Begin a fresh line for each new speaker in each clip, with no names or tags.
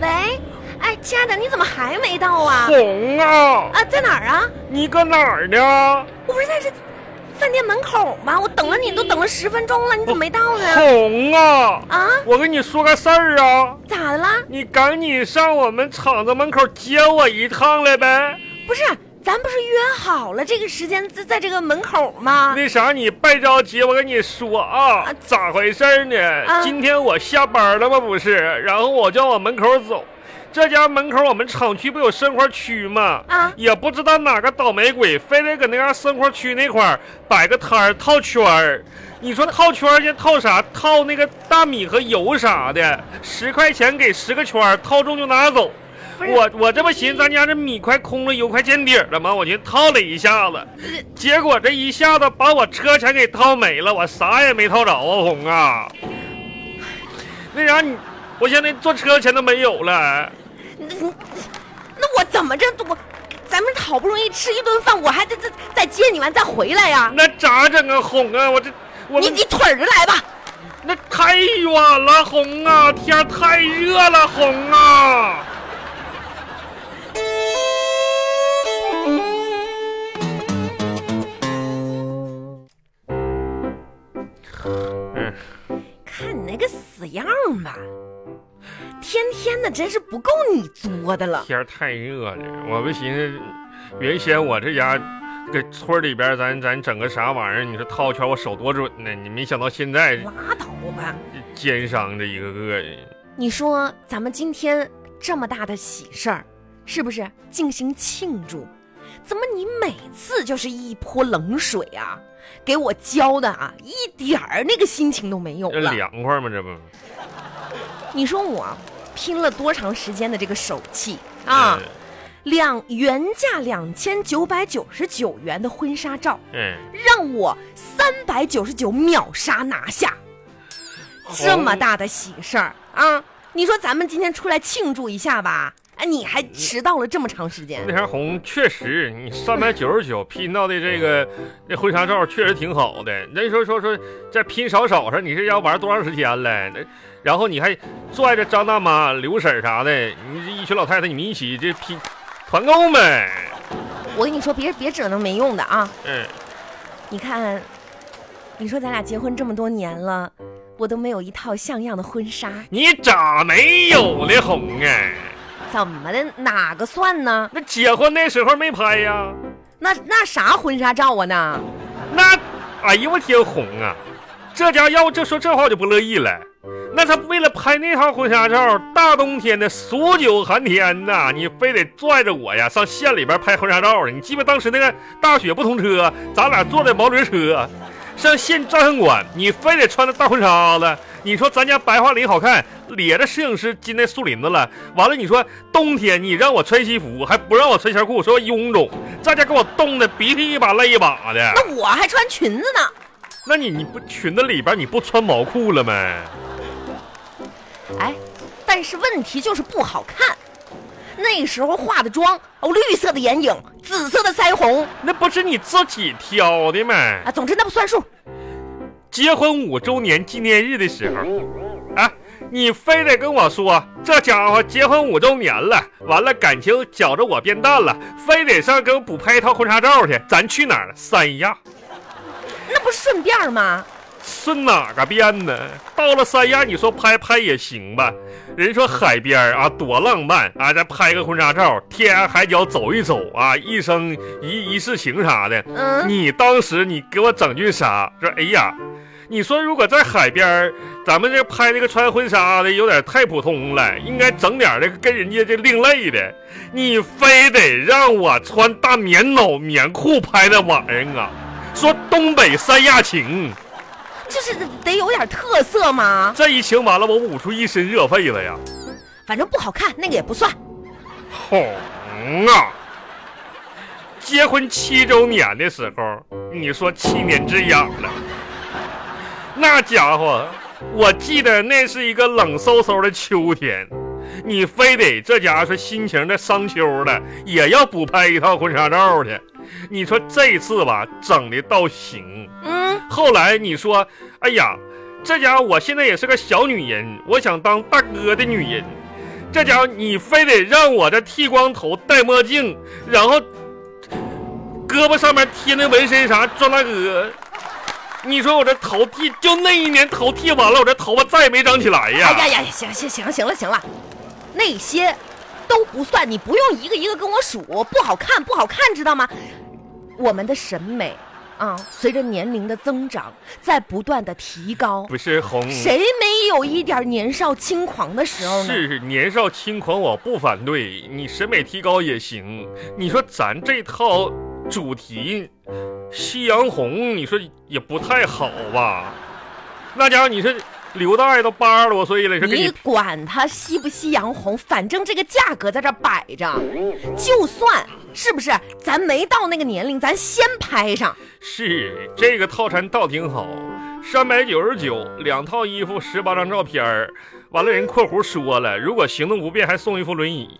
哎亲爱的，你怎么还没到啊？
红啊，
啊，在哪儿啊？
你搁哪儿呢？
我不是在这饭店门口吗？我等了你都等了十分钟了，你怎么没到呢？
红啊，
嗯啊，
我跟你说个事儿啊，
咋的啦？
你赶紧上我们厂子门口接我一趟来呗。
不是，咱不是约好了这个时间在在这个门口吗？
那啥，你别着急，我跟你说啊
啊，
咋回事儿呢？
啊
今天我下班了吗？不是，然后我就往门口走，这家门口我们厂区不有生活区吗？
啊
也不知道哪个倒霉鬼，非得搁那嘎生活区那块儿摆个摊儿套圈儿。你说套圈儿去套啥？套那个大米和油啥的，十块钱给十个圈儿，套中就拿走。
不是
我我这不寻思咱家这米快空了，油快见底儿了吗？我就套了一下子，
呃
结果这一下子把我车钱给套没了，我啥也没套着啊，红啊！那啥，你我现在坐车钱都没有了。
那你那我怎么着？我咱们好不容易吃一顿饭，我还得再再接你完再回来呀、
那咋整啊，红啊？我这我
你
们
你腿着来吧。
那太远了，红啊！天儿太热了，红啊！嗯，
看你那个死样儿吧，天天的真是不够你作的了。
天儿太热了，我不寻思，原先我这家搁村里边儿咱咱整个啥玩意儿？你说套圈，我手多准呢！你没想到现在
拉倒吧！
奸商这一个个的，
你说咱们今天这么大的喜事儿，是不是进行庆祝？怎么你每次就是一泼冷水啊？给我浇的啊，一点儿那个心情都没有
这
了。
凉快吗？这不
你说我拼了多长时间的这个手气啊？两原价两千九百九十九元的婚纱照，
嗯。嗯
让我三百九十九秒杀拿下，这么大的喜事儿啊！你说咱们今天出来庆祝一下吧？哎，你还迟到了这么长时间
那，条红确实，你三百九十九拼到的这个那婚纱照确实挺好的。人说说说在拼少少上，你这要玩多长时间了？那然后你还拽着张大妈、刘婶儿啥的，你这一群老太太你们一起这拼团购呗。
我跟你说，别别整那没用的啊！
嗯，
你看，你说咱俩结婚这么多年了，我都没有一套像样的婚纱，
你咋没有呢？红啊，
怎么的？哪个算呢？
那结婚那时候没拍呀？
那那啥婚纱照啊呢？
那，哎呦我天红啊！这家要这说这话我就不乐意了。那他为了拍那套婚纱照，大冬天的数九寒天呐，你非得拽着我呀上县里边拍婚纱照去。你记不当时那个大雪不通车，咱俩坐的毛驴车，上县照相馆，你非得穿着大婚纱了。你说咱家白桦林好看，咧着摄影师进那树林子了。完了，你说冬天你让我穿西服，还不让我穿秋裤，说我臃肿，在家给我冻的鼻涕一把泪一把的。
那我还穿裙子呢。
那你你不裙子里边你不穿毛裤了没？
哎，但是问题就是不好看。那时候化的妆，哦，绿色的眼影，紫色的腮红
那不是你自己挑的吗？
啊，总之那不算数。
结婚五周年纪念日的时候，啊，你非得跟我说这家伙结婚五周年了，完了感情觉着我变淡了，非得上给我补拍一套婚纱照去，咱去哪儿？三亚。
那不是顺便吗？
是哪个边呢？到了三亚，你说拍拍也行吧？人说海边儿啊，多浪漫啊！再拍个婚纱照，天涯海角走一走啊，一生一一世情啥的。
嗯，
你当时你给我整句啥？说哎呀，你说如果在海边儿，咱们这拍那个穿婚纱的有点太普通了，应该整点儿这个跟人家这另类的。你非得让我穿大棉袄棉裤拍那玩意儿啊？说东北三亚情。
就是得有点特色嘛，
这一情完了，我捂出一身热痱子呀！
反正不好看，那个也不算。
红啊！结婚七周年的时候，你说七年之痒了，那家伙，我记得那是一个冷飕飕的秋天，你非得这家伙说心情的伤秋的，也要补拍一套婚纱照去。你说这次吧，整的倒行。
嗯，
后来你说，哎呀，这家伙我现在也是个小女人，我想当大哥的女人。这家伙你非得让我这剃光头、戴墨镜，然后胳膊上面贴那纹身啥装大哥。你说我这头剃，就那一年头剃完了，我这头发再也没长起来呀。
哎呀呀，行行行行了行了，那些都不算，你不用一个一个跟我数，不好看不好看，知道吗？我们的审美啊，随着年龄的增长，在不断的提高。
不是红，
谁没有一点年少轻狂的时候呢？
是年少轻狂，我不反对，你审美提高也行。你说咱这套主题《夕阳红》，你说也不太好吧？那家伙，你说刘大爷都八十多岁了，你说给
你
你
管它夕不夕阳红，反正这个价格在这儿摆着，就算是不是咱没到那个年龄，咱先拍上。
是这个套餐倒挺好，三百九十九，两套衣服，十八张照片儿。完了，人括弧说了，如果行动不便，还送一副轮椅。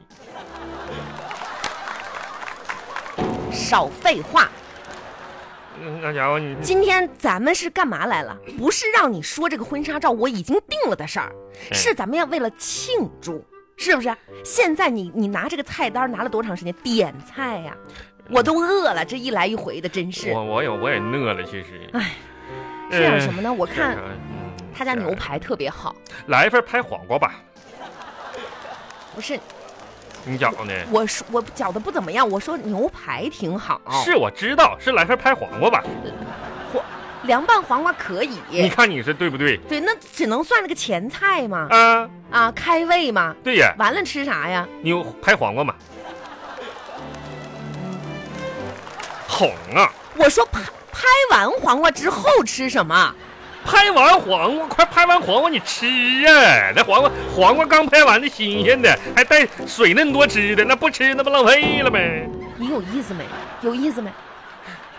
少废话，
嗯那家伙，你
今天咱们是干嘛来了？不是让你说这个婚纱照我已经定了的事儿，
嗯
是咱们要为了庆祝，是不是？现在你你拿这个菜单拿了多长时间？点菜呀、我都饿了，这一来一回的，真是
我我也我也饿了，其实。
哎，
呃
这样什么呢？我看
这样嗯
他家
这样
牛排特别好，
来一份拍黄瓜吧，
不是
你觉呢？
我说我搅的不怎么样，我说牛排挺好，
是我知道，是来份拍黄瓜吧？
凉拌黄瓜可
你
以，
看你是对不对？
对，那只能算那个前菜嘛，
啊，
啊，开胃嘛，
对呀，
完了吃啥呀？
你有拍黄瓜吗？红啊，
我说拍拍完黄瓜之后吃什么？
拍完黄瓜，快拍完黄瓜你吃呀、那黄瓜黄瓜刚拍完的新鲜的，还带水嫩多汁的，那不吃那不浪费了呗？
你有意思没？有意思没？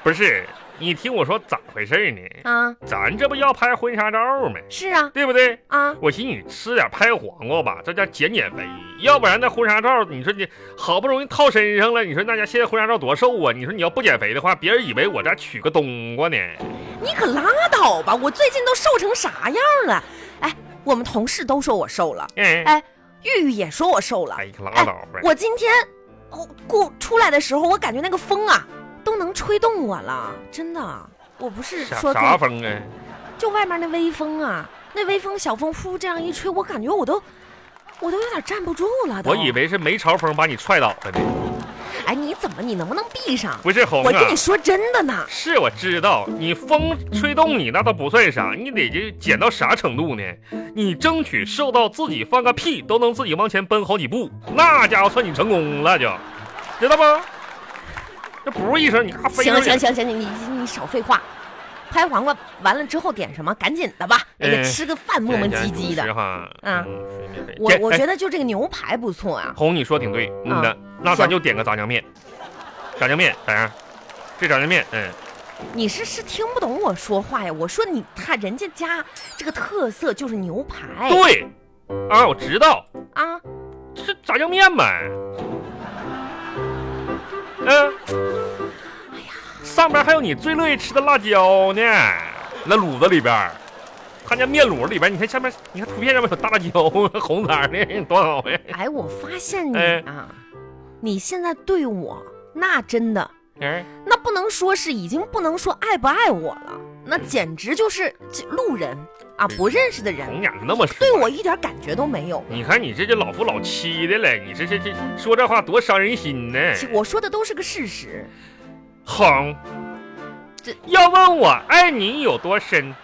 不是，你听我说咋回事呢？
啊，
咱这不要拍婚纱照吗？
是啊，
对不对？
啊，
我寻思你吃点拍黄瓜吧，在家减减肥，要不然那婚纱照，你说你好不容易套身上了，你说那家现在婚纱照多瘦啊！你说你要不减肥的话，别人以为我这取个冬瓜呢。
你可拉倒吧！我最近都瘦成啥样了？哎，我们同事都说我瘦了，
哎，
哎，玉玉也说我瘦了，
哎，可拉倒呗！
我今天我过出来的时候，我感觉那个风啊，都能吹动我了，真的。我不是
啥
说
啥
对，
风啊？
就外面那微风啊，那微风小风呼这样一吹，我感觉我都，我都有点站不住了都。
我以为是梅超风把你踹倒了呢。
哎，你怎么，你能不能闭上？
不是红
我
啊
跟，你说真的呢，
是我知道，你风吹动你那倒不算啥，你得这减到啥程度呢？你争取瘦到自己放个屁都能自己往前奔好几步，那家伙算你成功了就，知道不？这不是一声你咔飞
行
出
了
去
行了行了行了，你你你少废话。拍黄瓜完了之后点什么？赶紧的吧！哎呀，
哎
吃个饭磨磨唧唧的
实。话，
啊
嗯，是是是
我
这
我
哎
觉得就这个牛排不错啊。
红你说挺对，嗯的，那咱
行
就点个炸酱面，炸酱面咋样？这炸酱面，嗯，
你是是听不懂我说话呀？我说你看人家家这个特色就是牛排
对，啊，我知道，
啊，
这炸酱面呗。嗯、上边还有你最乐意吃的辣椒呢，那卤子里边儿，他家面卤子里边儿，你看下面，你看图片上面有大辣椒，红色儿的，多好呀！
哎，我发现你
哎
啊，你现在对我那真的
哎，
那不能说是已经不能说爱不爱我了，那简直就是这路人啊，
对
不认识的人
红眼那么说，
对我一点感觉都没有。
你看你这就老夫老妻的了，你这这这说这话多伤人心呢。
其我说的都是个事实，
哼，
这
要问我爱你有多深，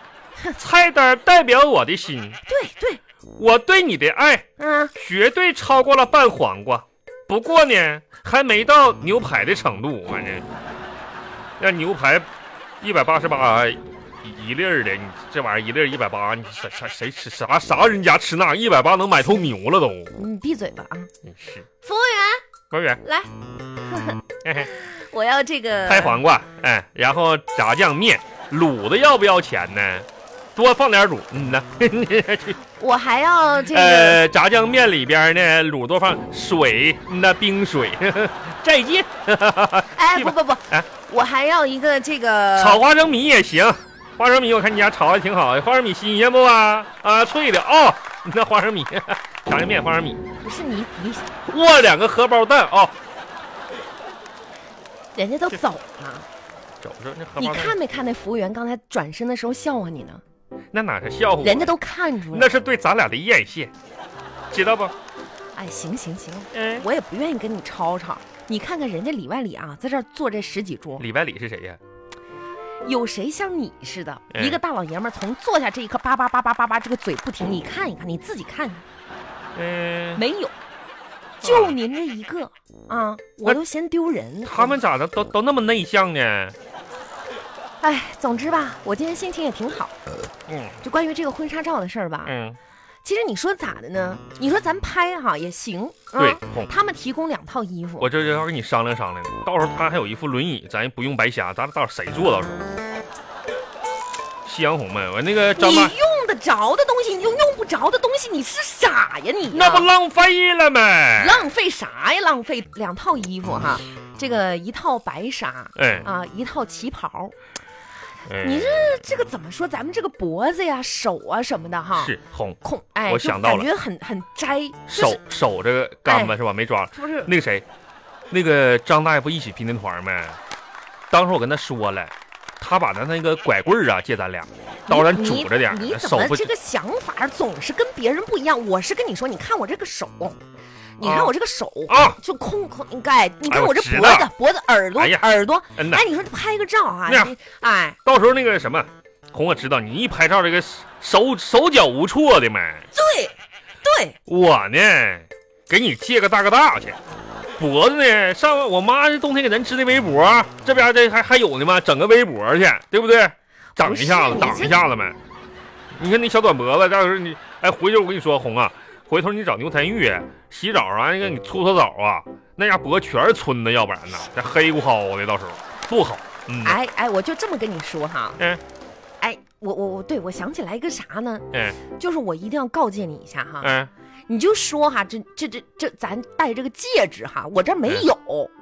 菜单代表我的心，
对对，
我对你的爱
嗯，
绝对超过了拌黄瓜，不过呢，还没到牛排的程度。反正，那牛排一百八十八一粒儿的，你这玩意儿一粒儿一百八，你啥啥谁吃啥啥人家吃那一百八能买头牛了都。
你闭嘴吧啊！
真是，
服务员，
服务员，
来，
嘿嘿
我要这个
拍哎黄瓜，哎，然后炸酱面，卤的要不要钱呢？多放点卤，嗯呐，
我还要这个。
呃，炸酱面里边呢，卤多放水，嗯呐，冰水， 再见。
哎，
对
不不
吧
不，
哎
我还要一个这个
炒花生米也行，花生米我看你家炒的挺 好，花生米新鲜不啊？啊，脆的哦，那花生米，炸酱面花生米，
不是你你，
握两个荷包蛋啊，
人家都走了，
走着那荷
你
包蛋，
看没看那服务员刚才转身的时候笑话你呢？
那哪是笑话？啊
人家都看出来
那
了。
是对咱俩的艳羡，知道不？
哎，行行行，
嗯，
我也不愿意跟你吵吵。你看看人家里外里啊，在这儿坐这十几桌，
礼拜里是谁呀？
有谁像你似的，
嗯
一个大老爷们儿从坐下这一刻叭叭叭叭叭叭，这个嘴不停。你看一看，你自己看看，
嗯，
没有，就您这一个啊，我都嫌丢人。
他们咋的都都那么内向呢？
哎，总之吧，我今天心情也挺好。
嗯
就关于这个婚纱照的事儿吧，
嗯，
其实你说咋的呢？你说咱拍哈、也行啊。
对，哄
他们提供两套衣服，
我这就要跟你商量商量，到时候他还有一副轮椅，咱也不用白瞎，咱到时候谁坐到时候？夕阳红们，我那个张
你
大，
用得着的东西，你用用不着的东西，你是傻呀你呀啊
那不浪费了没？
浪费啥呀？浪费两套衣服哈，这个一套白纱
哎，
啊，一套旗袍。
哎
你这这个怎么说？咱们这个脖子呀、手啊什么的哈，
是红
空哎，
我
就
想到了
感觉很很摘，就
手
是哎
手这个干巴是吧？没抓了。
是不是？
那个谁，那个张大爷不一起拼的团吗？当时我跟他说了，他把咱那个拐棍儿啊借咱俩，到时候咱
你
拄着点儿
你，怎
手
么
不
这个想法总是跟别人不一样？我是跟你说，你看我这个手，你看我这个手。
啊？
就空空，你盖，你
哎
看
我
我这
知
脖
道
子、脖子、耳朵、
哎呀
耳朵，
嗯呐
哎，，你说拍个照啊
那，
你哎，
到时候那个什么，红我知道你一拍照这个手手脚无措的嘛。
对，对，
我呢，给你借个大哥大去。脖子呢？上我妈这冬天给咱织那围脖，这边这还还有呢吗？整个围脖去，对不对？整一下子，
不是
挡
你这
一下子呗。你看那小短脖子，到时候你哎，回头我跟你说，红啊，回头你找牛田玉洗澡啊，那个你搓搓澡啊，那家脖全是皴的，要不然呢，这黑咕蒿的，到时候不好。嗯，
哎哎，我就这么跟你说哈，
嗯，
哎，我我我，对我想起来一个啥呢？
嗯，
就是我一定要告诫你一下哈，
嗯，
你就说哈，这这这这，咱戴这个戒指哈，我这儿没
哎
有，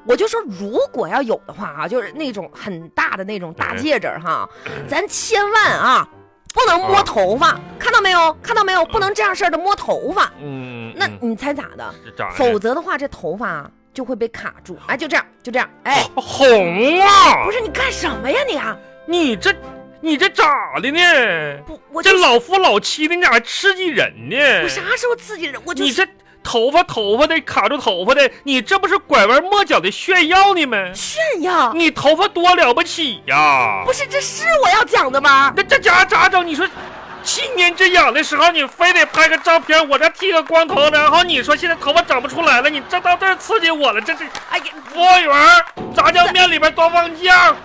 我就说如果要有的话啊，就是那种很大的那种
哎
大戒指哈，咱千万啊不能摸
啊
头发，看到没有？看到没有？不能这样式儿的摸头发，
嗯，
那
嗯
你猜咋的？
这咋的
否则的话，这头发啊就会被卡住。哎，就这样，就这样，
哦
哎，
红啊
不，是你干什么呀你啊？
你这你这咋的呢？
不，我就
这老夫老妻的，你咋还刺激人呢？
我啥时候刺激人？我就
你
是
这头发头发的卡住头发的，你这不是拐弯抹角的炫耀呢吗？
炫耀，
你头发多了不起呀、
啊不是这是我要讲的吗？
那这家咋整？你说七年之痒的时候，你非得拍个照片，我这剃个光头，然后你说现在头发长不出来了，你这到这儿刺激我了，这是
哎呀，
服务员儿，炸酱面里边多放酱，